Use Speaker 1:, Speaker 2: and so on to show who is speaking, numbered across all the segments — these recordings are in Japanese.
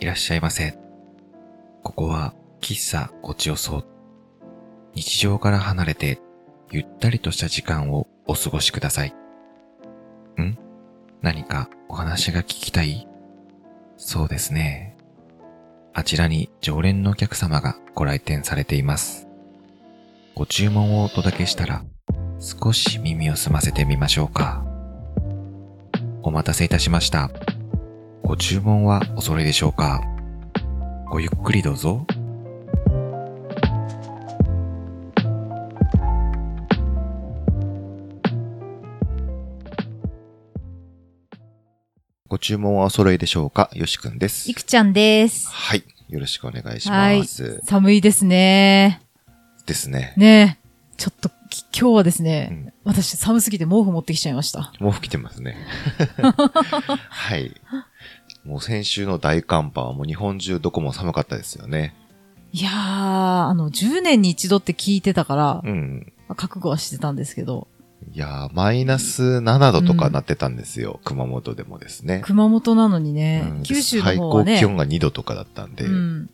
Speaker 1: いらっしゃいませ。ここは喫茶ごちよそ。日常から離れて、ゆったりとした時間をお過ごしください。ん何かお話が聞きたいそうですね。あちらに常連のお客様がご来店されています。ご注文をお届けしたら、少し耳を澄ませてみましょうか。お待たせいたしました。ご注文はお揃いでしょうかごゆっくりどうぞ。ご注文はお揃いでしょうかよしくんです
Speaker 2: いくちゃんです。
Speaker 1: はい。よろしくお願いし
Speaker 2: は
Speaker 1: ま
Speaker 2: い
Speaker 1: す。
Speaker 2: 寒いですね。
Speaker 1: ですね。
Speaker 2: ねえ。ちょっと、き今日はですね、
Speaker 1: うん
Speaker 2: 私寒すぎて毛布持ってきちゃいました。
Speaker 1: 毛布着てます ね。はい。もう先週の大寒波はもう日本中どこも寒かったですよね。
Speaker 2: いやー、あの、10年に一度って聞いてたから、
Speaker 1: うん。
Speaker 2: 覚悟はしてたんですけど、
Speaker 1: いやー、マイナス7度とかなってたんですよ。熊本でもですね。
Speaker 2: 熊本なのにね、
Speaker 1: うん
Speaker 2: 九州の方は
Speaker 1: 最高
Speaker 2: ね
Speaker 1: 気、温が2度とかだったんで。
Speaker 2: うん。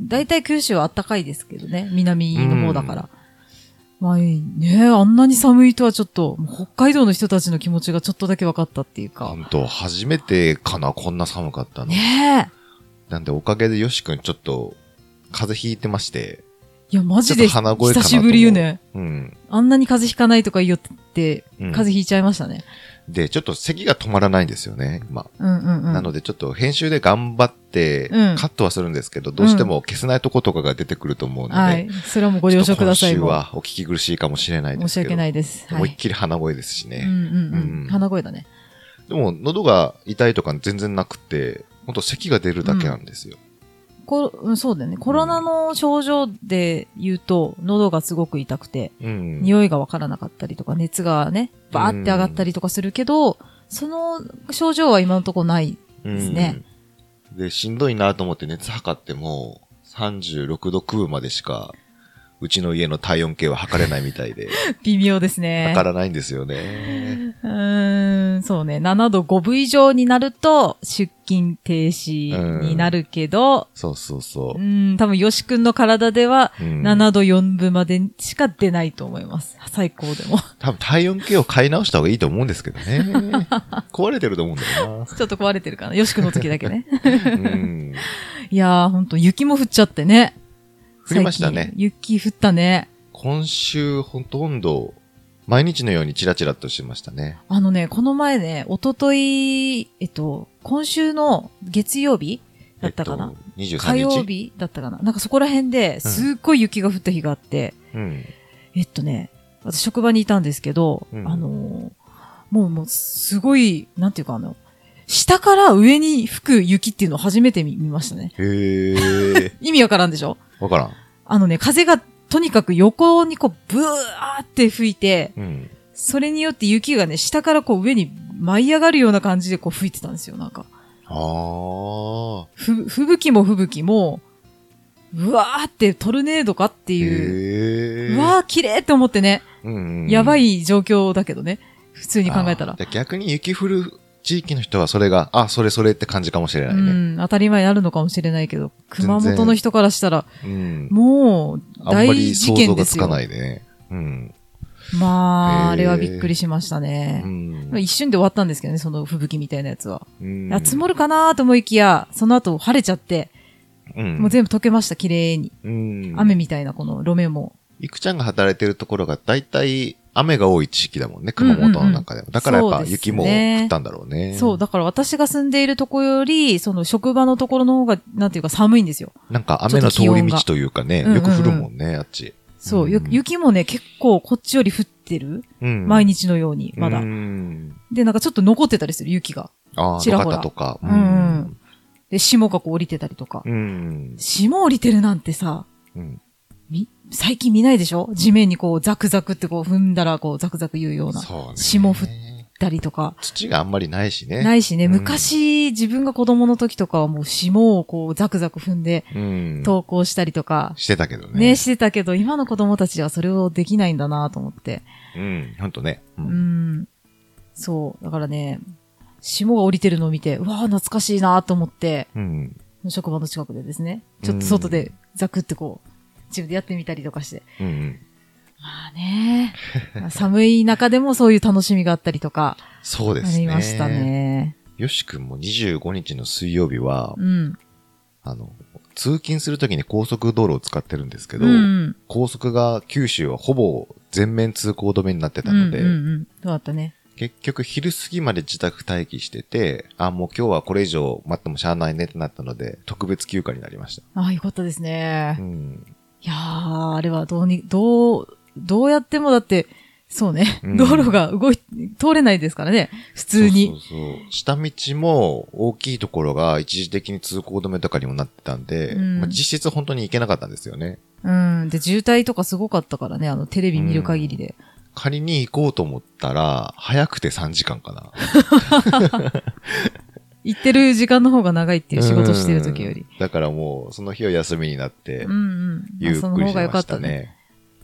Speaker 2: 大体九州は暖かいですけどね、南の方だから。まあ、ねあんなに寒いとはちょっと、もう北海道の人たちの気持ちがちょっとだけ分かったっていうか。
Speaker 1: 本当初めてかな、こんな寒かったの。
Speaker 2: ねえ。
Speaker 1: なんでおかげでよしくんちょっと、風邪ひいてまして。
Speaker 2: いや、マジで
Speaker 1: ちょっと鼻声かな
Speaker 2: 久
Speaker 1: と
Speaker 2: しぶりよね。
Speaker 1: うん。
Speaker 2: あんなに風邪ひかないとか言いよって、
Speaker 1: うん、
Speaker 2: 風邪ひいちゃいましたね。
Speaker 1: で、ちょっと咳が止まらないんですよね、今。
Speaker 2: うんうんうん。
Speaker 1: なのでちょっと編集で頑張って
Speaker 2: うん
Speaker 1: カットはするんですけど、どうしても消せないとことかが出てくると思うので、
Speaker 2: はい。それはもうご了承ください。
Speaker 1: ちょっと
Speaker 2: も
Speaker 1: 今週はお聞き苦しいかもしれないうで
Speaker 2: 申
Speaker 1: す
Speaker 2: し
Speaker 1: けど。
Speaker 2: 訳ないです。は
Speaker 1: 思いっ
Speaker 2: い。
Speaker 1: きり鼻声ですし
Speaker 2: うん
Speaker 1: ね。
Speaker 2: うん
Speaker 1: うん
Speaker 2: うん。鼻声だね。
Speaker 1: でも喉が痛いとか全然なくて、ほんと咳が出るだけなんですよ。
Speaker 2: こうんそうだよね。コロナの症状で言うと、喉がすごく痛くて、
Speaker 1: うん。
Speaker 2: 匂いがわからなかったりとか、熱がね、バーって上がったりとかするけど、その症状は今のところない。 ですね
Speaker 1: うん。で、しんどいなと思って熱測っても、36度9分までしか、うちの家の体温計は測れないみたいで、
Speaker 2: 微妙です ね。
Speaker 1: 測らないんですよね。
Speaker 2: うーん、そうね。7度5分以上になると、出勤停止になるけど、
Speaker 1: そうそうそうう。
Speaker 2: ん、多分、よしくんの体では、
Speaker 1: うん
Speaker 2: 7度4分までしか出ないと思います。最高でも。
Speaker 1: 多分体温計を買い直した方がいいと思うんですけどね。 壊れてると思うんだよ
Speaker 2: ちょっと壊れてるかな。よしくんの時だけね。
Speaker 1: な。うん。
Speaker 2: いやー、ほんと、雪も降っちゃってね。
Speaker 1: 降りましたね
Speaker 2: 最近雪降ったね。
Speaker 1: 今週ほとんど毎日のようにチラチラっとしてましたね。
Speaker 2: あのね、この前ね、おととい、えっと、今週の月曜日だったかな、
Speaker 1: えっと、23日
Speaker 2: 火曜日だったかななんかそこら辺で、すっごい雪が降った日があって、
Speaker 1: うん。
Speaker 2: えっとね、私職場にいたんですけど、
Speaker 1: うん
Speaker 2: あのーもうもうすごい、なんていうかあの、下から上に吹く雪っていうのを初めて見見ましたね。
Speaker 1: へえ。
Speaker 2: 意味わからんでしょ
Speaker 1: わからん。
Speaker 2: あのね、風がとにかく横にこう、ブワーって吹いて、
Speaker 1: うん。
Speaker 2: それによって雪がね、下からこう上に舞い上がるような感じでこう吹いてたんですよ、なんか。
Speaker 1: ああ。っ
Speaker 2: ふ、吹雪も吹雪も、うわーってトルネードかって
Speaker 1: て
Speaker 2: いう、
Speaker 1: いう
Speaker 2: わー綺麗って思ってね、
Speaker 1: うんうん、
Speaker 2: やばい状況だけどね、普通に考えたら
Speaker 1: あ。ー。じゃあ逆に雪降る地域の人はそれが、あ、それそれって感じかもしれないうね。
Speaker 2: ん、当たり前あるのかもしれないけど、熊
Speaker 1: 全
Speaker 2: 本
Speaker 1: 然
Speaker 2: の人からしたら、
Speaker 1: うん。
Speaker 2: もう、
Speaker 1: あんま
Speaker 2: 大
Speaker 1: り
Speaker 2: 事
Speaker 1: 想
Speaker 2: 件
Speaker 1: 像
Speaker 2: で
Speaker 1: が
Speaker 2: す
Speaker 1: つ
Speaker 2: よ。
Speaker 1: かないでね。うん。
Speaker 2: ま
Speaker 1: へー
Speaker 2: あ、あれはびっくりしました
Speaker 1: う
Speaker 2: ね。
Speaker 1: ん。
Speaker 2: 一瞬で終わったんですけどね、その吹雪みたいなやつは。
Speaker 1: うん
Speaker 2: あ積もるかなと思いきや、その後晴れちゃって、
Speaker 1: うん、
Speaker 2: もう全部溶けました、綺麗に。
Speaker 1: うん。
Speaker 2: 雨みたいな、この路面も。
Speaker 1: いくちゃんが働いてるところが大体雨が多い地域だもんね、熊本の中でも。だからやっ
Speaker 2: そ
Speaker 1: ぱ
Speaker 2: うですね
Speaker 1: 雪も降ったんだろうね。
Speaker 2: そう、だから私が住んでいるところより、その職場のところの方が、なんていうか寒いんですよ。
Speaker 1: なんか雨の通り道というかね、
Speaker 2: ちょっ
Speaker 1: よ
Speaker 2: と
Speaker 1: く
Speaker 2: 気温が
Speaker 1: 降るもんね、あっち。
Speaker 2: そう、ゆ
Speaker 1: うん
Speaker 2: 雪もね、結構こっちより降ってる。
Speaker 1: うん
Speaker 2: 毎日のように、まだ
Speaker 1: う。ん
Speaker 2: で、なんかちょっと残ってたりする、雪が。
Speaker 1: ああ、
Speaker 2: ちらほ
Speaker 1: 中
Speaker 2: ら
Speaker 1: 田とか。
Speaker 2: うんで、霜がこう降りてたりとか。
Speaker 1: うん。
Speaker 2: 霜降りてるなんてさ、
Speaker 1: うん。
Speaker 2: み、最近見ないでしょ地面にこうザクザクってこう踏んだらこうザクザク言うような。降っ
Speaker 1: そうね。
Speaker 2: 霜降っだりとか。
Speaker 1: 土があんまりないしね。。
Speaker 2: ないいしね、
Speaker 1: うん
Speaker 2: 昔自分が子供の時とかはもう霜をこうザクザク踏んで
Speaker 1: うん。
Speaker 2: 投稿したりとか、
Speaker 1: してたけどね。
Speaker 2: ね、してたけど、今の子供たちはそれをできないんだなと思って。
Speaker 1: うん。ほんとね。う
Speaker 2: うんん。そう。だからね、霜が降りてるのを見て、うわあ懐かしいなと思って、
Speaker 1: うん。
Speaker 2: 職場の近くでですね、ちょっと外でザクってこう、自分でやってみたりとかして。
Speaker 1: うんうん。
Speaker 2: まあね、寒い中でもそういう楽しみがあったりとか、
Speaker 1: そう
Speaker 2: あ
Speaker 1: ですね。
Speaker 2: りました。ね。
Speaker 1: よしくんも25日の水曜日は、
Speaker 2: うん。
Speaker 1: あの、通勤するときに高速道路を使ってるんですけど、
Speaker 2: うん。
Speaker 1: 高速が九州はほぼ全面通行止めになってたので、
Speaker 2: うんうんうん、そうだったね。
Speaker 1: 結局昼過ぎまで自宅待機してて、あ、もう今日はこれ以上待ってもしゃあないねってなったので、特別休暇になりまし
Speaker 2: ああ、よかったですね。
Speaker 1: た。うん。
Speaker 2: いやー、あれはどうに、どう、どうやってもだって、そうね、
Speaker 1: うん
Speaker 2: 道路が動い、通れないですからね、普通に。
Speaker 1: そうそうそう。下道も大きいところが一時的に通行止めとかにもなってたんで、
Speaker 2: うん
Speaker 1: まあ、実質本当に行けなかったんですよね。
Speaker 2: うん。で、渋滞とかすごかったからね、あの、テレビ見る限りで。
Speaker 1: 仮に行こうと思ったら、早くて3時間かな。
Speaker 2: 行ってる時間の方が長いっていう仕事してる時より。
Speaker 1: うん。だからもう、その日は休みになって
Speaker 2: うん、うん。まあ
Speaker 1: ゆっ
Speaker 2: その
Speaker 1: くり
Speaker 2: 方
Speaker 1: し
Speaker 2: が
Speaker 1: て
Speaker 2: 良か
Speaker 1: ま
Speaker 2: っ
Speaker 1: したた
Speaker 2: ね。
Speaker 1: ね。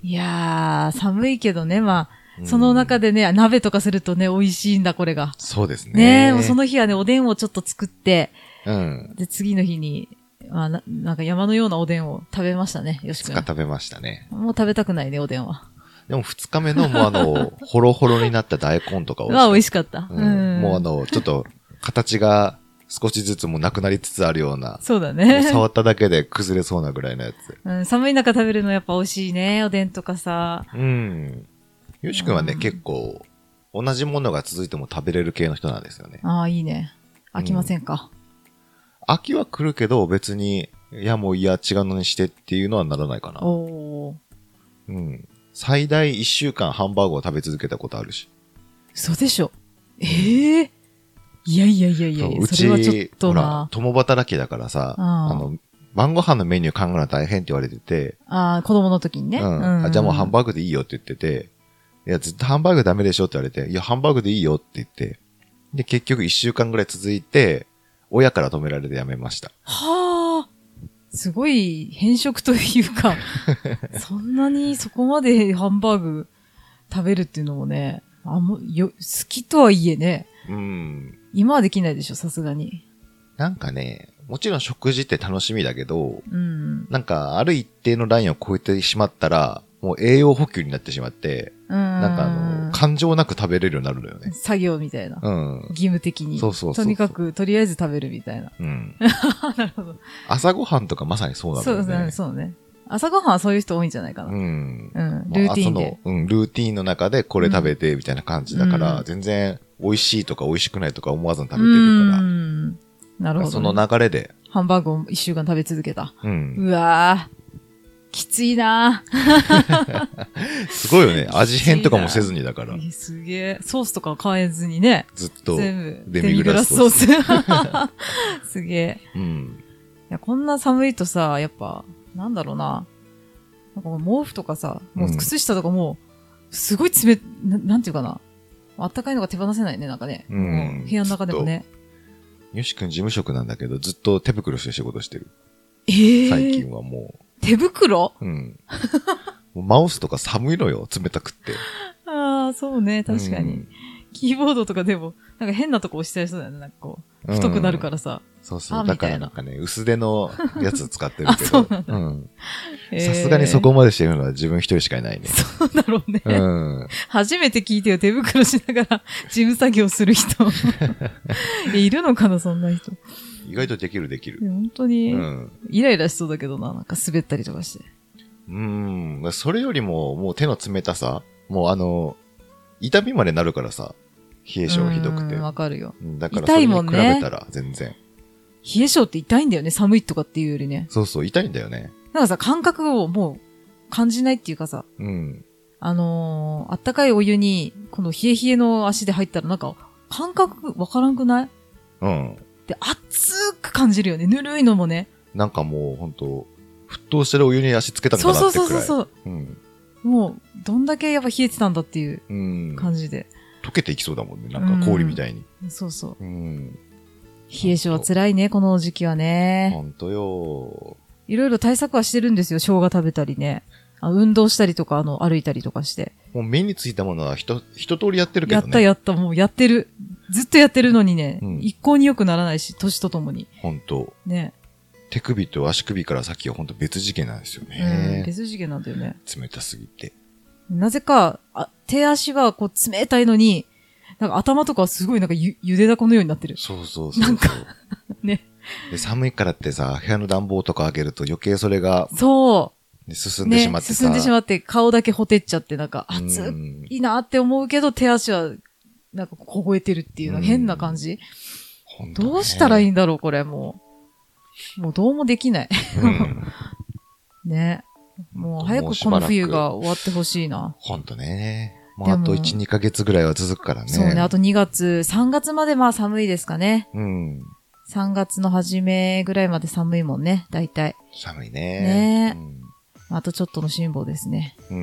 Speaker 2: いやー、寒いけどね、ま
Speaker 1: う
Speaker 2: あ、
Speaker 1: ん
Speaker 2: その中でね、鍋とかするとね、美味しいんだ、これが。
Speaker 1: そうですね。
Speaker 2: ねえ、もうその日はね、おでんをちょっと作って、
Speaker 1: うん。
Speaker 2: で、次の日に、まあ、ななんか山のようなおでんを食べましたね、よし
Speaker 1: 2
Speaker 2: く
Speaker 1: 日
Speaker 2: ん。
Speaker 1: 食べましたね。
Speaker 2: もう食べたくないね、おでんは。
Speaker 1: でも2日目のもうあの、 ホロホロになった大根とかを、
Speaker 2: は美味しかった。
Speaker 1: うんもうあ
Speaker 2: の、
Speaker 1: の、ちょっと形が少しずつもうなくなりつつあるような、
Speaker 2: そうだ
Speaker 1: もう
Speaker 2: ね。
Speaker 1: 触っただけで崩れそうなぐらいのやつ。
Speaker 2: うん、寒い中食べるのやっぱ美味しいね。おでんとかさ。
Speaker 1: うん。よしくんはね、
Speaker 2: うん
Speaker 1: 結構、同じものが続いても食べれる系の人なんですよね。
Speaker 2: ああ、いいね。飽きませんか。
Speaker 1: 秋は来るけど別に、いやもういや違うのにしてっていうのはならないかな。
Speaker 2: おー。
Speaker 1: うん。最大1週間ハンバーグを食べ続けたことあるし。
Speaker 2: 嘘でしょ。ええいやいやいやいや
Speaker 1: そ
Speaker 2: いうや、
Speaker 1: う
Speaker 2: それはちょ
Speaker 1: ち
Speaker 2: っ、と
Speaker 1: ほら
Speaker 2: な、。
Speaker 1: 共働きだからさ、
Speaker 2: うん
Speaker 1: あの、晩ご飯のメニュー考えるの大変って言われてて、
Speaker 2: ああ、子供の時にね。
Speaker 1: うん。あじゃあもうハン
Speaker 2: バ
Speaker 1: バーグでいいよって言ってて、いや、ずっとハンバーグダメでしょって言われて、いや、ハンバーグでいいよって言って、で、結局1週間ぐらい続いて、親から止められてやめました。
Speaker 2: はあ。すごい変色とい うか、そんなにそこまでハンバーグ食べるっていうのもね、あんま、よ、好きとはいえね、
Speaker 1: うん。
Speaker 2: 今はできないでしょ、さすがに。
Speaker 1: なんかね、もちろん食事って楽しみだけど、
Speaker 2: うん。
Speaker 1: なんか、ある一定のラインを超えてしまったら、もう栄養補給になってしまって、な
Speaker 2: なん
Speaker 1: かあの、感情なく食べれるようになるのよね。
Speaker 2: 作業みたいな。
Speaker 1: うん。
Speaker 2: 義務的に。
Speaker 1: そうそうそうそう
Speaker 2: とにかく、とりあえず食べるみたいな。
Speaker 1: うん。
Speaker 2: なるほど。
Speaker 1: 朝ごはんとかまさにそうなの
Speaker 2: そう
Speaker 1: よね。
Speaker 2: だね、そうね。朝ごはんはそういう人多いんじゃないかな。
Speaker 1: うん。
Speaker 2: うん。
Speaker 1: まあ
Speaker 2: ルーティンで。
Speaker 1: 朝のうん、ルーティンの中でこれ食べてみたいな感じだから、
Speaker 2: うん
Speaker 1: 全然美味しいとか美味しくないとか思わずに食べ
Speaker 2: う
Speaker 1: てるから、
Speaker 2: ん。なるほどね、
Speaker 1: その流れで、
Speaker 2: ハンバーグを一週間食べ続けた。
Speaker 1: うん、
Speaker 2: うわぁ。きついなぁ
Speaker 1: すごいよね。味変とかもせずにだから、
Speaker 2: え すげえ。ソースとか変えずにね。
Speaker 1: ずっと、う
Speaker 2: 全部。
Speaker 1: デミグラスソース
Speaker 2: デミグラスソース すげえ。
Speaker 1: ん、
Speaker 2: いや、こんな寒いとさ、やっぱ、なんだろうな。なんかもう毛布とかさ、もう
Speaker 1: うん
Speaker 2: 靴下とかもう、すごい冷、ななんていうかな。あったかいのが手放せないね、なんかね。
Speaker 1: うん
Speaker 2: も部屋の中でもね。
Speaker 1: よしくん事務職なんだけど、ずっと手袋して仕事してる。
Speaker 2: えー、
Speaker 1: 最近はも
Speaker 2: 手袋
Speaker 1: う、うん。 もうマウスとか寒いのよ、冷たくって。
Speaker 2: ああ、そうね、確かに、キーボードとかでも、なんか変なとこ押しちゃいそうだよね、なんかこう。
Speaker 1: うん
Speaker 2: 太くなるからさ。
Speaker 1: そうそ
Speaker 2: あ
Speaker 1: う。
Speaker 2: みた
Speaker 1: だ
Speaker 2: いな
Speaker 1: からなんかね、薄手のやつ使ってるけ
Speaker 2: あ
Speaker 1: ど
Speaker 2: そうなん。
Speaker 1: うん
Speaker 2: えー
Speaker 1: さすがにそ。こまでしてるのは自分一人しかいないね。
Speaker 2: そうだろうね。
Speaker 1: うん。
Speaker 2: 初めて聞いてよ、手袋しな がら、事務作業する人。えいるのかな、そんな人。
Speaker 1: 意外とできるできる。
Speaker 2: え本当に、
Speaker 1: うん。
Speaker 2: イライラしそうだけどな、なんか滑ったりとかして。
Speaker 1: うん。それよりも、もう手の冷たさ、もうあの、痛みまでなるからさ、冷え性ひどくて
Speaker 2: うん。わかるよ。
Speaker 1: うんだから、そ
Speaker 2: 痛
Speaker 1: れ
Speaker 2: い
Speaker 1: に
Speaker 2: も
Speaker 1: 比
Speaker 2: ん
Speaker 1: べ
Speaker 2: ね
Speaker 1: たら全然。
Speaker 2: 冷え性って痛いんだよね、寒いとかっていうよりね。
Speaker 1: そうそう、痛いんだよね。
Speaker 2: なんかさ、感覚をもう感じないっていうかさ、
Speaker 1: うん。
Speaker 2: あのー、あったかいお湯に、この冷え冷えの足で入ったらなんか、感覚わからんくない
Speaker 1: うん。
Speaker 2: で、熱く感じるよね。ぬるいのもね。
Speaker 1: なんかもう、ほんと、沸騰してるお湯に足つけたの
Speaker 2: そ
Speaker 1: か
Speaker 2: う
Speaker 1: な
Speaker 2: そう
Speaker 1: ってく
Speaker 2: そ
Speaker 1: ら
Speaker 2: う
Speaker 1: い。う
Speaker 2: そうそう。
Speaker 1: ん。
Speaker 2: もう、どんだけやっぱ冷えてたんだっていう
Speaker 1: うん。
Speaker 2: 感じで。
Speaker 1: 溶けていきそうだもんね。なんか氷みたいに。
Speaker 2: そうそう。
Speaker 1: うん。
Speaker 2: 冷え性は辛いね、この時期はね。
Speaker 1: ほんとよ
Speaker 2: いろいろ対策はしてるんですよ。生姜食べたりね。あ運動したりとか、あの、歩いたりとかして。
Speaker 1: もう目についたものは一一通りやってるけ
Speaker 2: や
Speaker 1: ど
Speaker 2: った
Speaker 1: ね。
Speaker 2: やった、もうやってる。ずっとやってるのにね、
Speaker 1: うん
Speaker 2: 一向に良くならないし、年とともに。
Speaker 1: ほんと。
Speaker 2: ね。
Speaker 1: 手首と足首から先は本当別次元なんですよ
Speaker 2: うん
Speaker 1: ね。
Speaker 2: 別次元なんだよね。
Speaker 1: 冷たすぎて。
Speaker 2: なぜか、あ手足はこう冷たいのに、なんか頭とかはすごいなんかゆ、ゆでだこのようになってる。
Speaker 1: そうそうそうそう。
Speaker 2: なんかね。
Speaker 1: で寒いからってさ、部屋の暖房とか上げると余計それが、
Speaker 2: そ
Speaker 1: ね、
Speaker 2: う。
Speaker 1: 進んで
Speaker 2: ね
Speaker 1: しまっ。てさ。
Speaker 2: 進んでしまって、顔だけほてっちゃって、なんか、
Speaker 1: うん
Speaker 2: 熱いなって思うけど、手足は、なんか凍えてるっていうのは変な感じ。
Speaker 1: ほんとね
Speaker 2: どうしたらいいんだろう、これ、もう。もうどうもできない。
Speaker 1: うん
Speaker 2: ね。もう早くこの冬が終わってほしいな。
Speaker 1: ほんとね。もう
Speaker 2: でも
Speaker 1: あと1、2ヶ月ぐらいは続くからね。
Speaker 2: そうね、あと2月、3月までまあ寒いですかね。
Speaker 1: うん。
Speaker 2: 3月の初めぐらいまで寒いもんね、大体。
Speaker 1: 寒いね。ね
Speaker 2: あとちょっとの辛抱ですね。
Speaker 1: うん。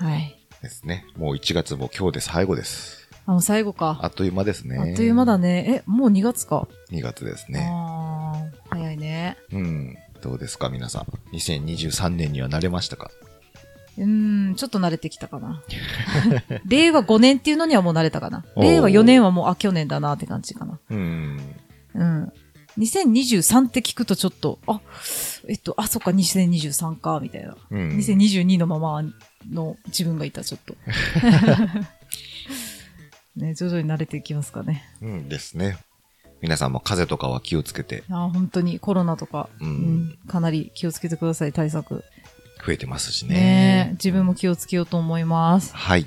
Speaker 1: うん。
Speaker 2: はい。
Speaker 1: ですね。もう1月も今日で最後です。
Speaker 2: あの、最後か。
Speaker 1: あっという間ですね。
Speaker 2: あっという間だ。ね。え、もう2月か。
Speaker 1: 2月ですね。
Speaker 2: あー早いね。
Speaker 1: うん。どうですか、皆さん。2023年には慣れましたか
Speaker 2: うーん、ちょっと慣れてきたかな。令和5年っていうのにはもう慣れたかな。
Speaker 1: おー
Speaker 2: 令和4年はもう、あ、去年だなって感じかな。
Speaker 1: うん。
Speaker 2: うん。2023って聞くとちょっと、あ、えっと、あ、そっか、2023か、みたいな。
Speaker 1: うん。
Speaker 2: 2022のままの自分がいた、ちょっ と。ね、徐々に慣れていきますかね。
Speaker 1: うんですね。皆さんも風邪とかは気をつけて、
Speaker 2: あー本当にコロナとか、
Speaker 1: うん
Speaker 2: うんかなり気をつけてください、対策。
Speaker 1: 増えてますし
Speaker 2: ね
Speaker 1: ね。
Speaker 2: え自分も気をつけようと思います。
Speaker 1: はい。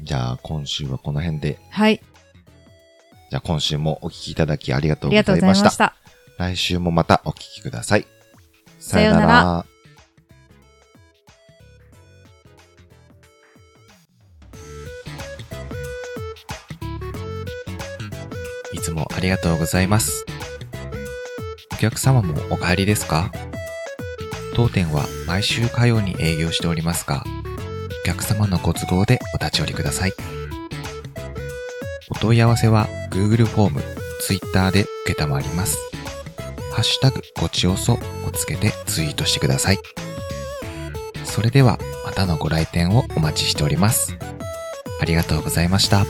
Speaker 1: じゃあ、今週はこの辺で。
Speaker 2: はい、
Speaker 1: じゃあ、今週もお聞きいただきありがと
Speaker 2: あ
Speaker 1: う
Speaker 2: り
Speaker 1: ご
Speaker 2: がと
Speaker 1: ざ
Speaker 2: う
Speaker 1: い
Speaker 2: ござ
Speaker 1: ま
Speaker 2: いま
Speaker 1: した
Speaker 2: し。た。
Speaker 1: 来週もまたお聞きください。
Speaker 2: さようなら。
Speaker 1: いつもありがとうございます。お客様もお帰りですか当店は毎週火曜に営業しておりますが、お客様のご都合でお立ち寄りください。お問い合わせは Google フォーム、Twitter で受けたまります。ハッシュタグごちおそをつけてツイートしてください。それではまたのご来店をお待ちしております。ありがとうございました。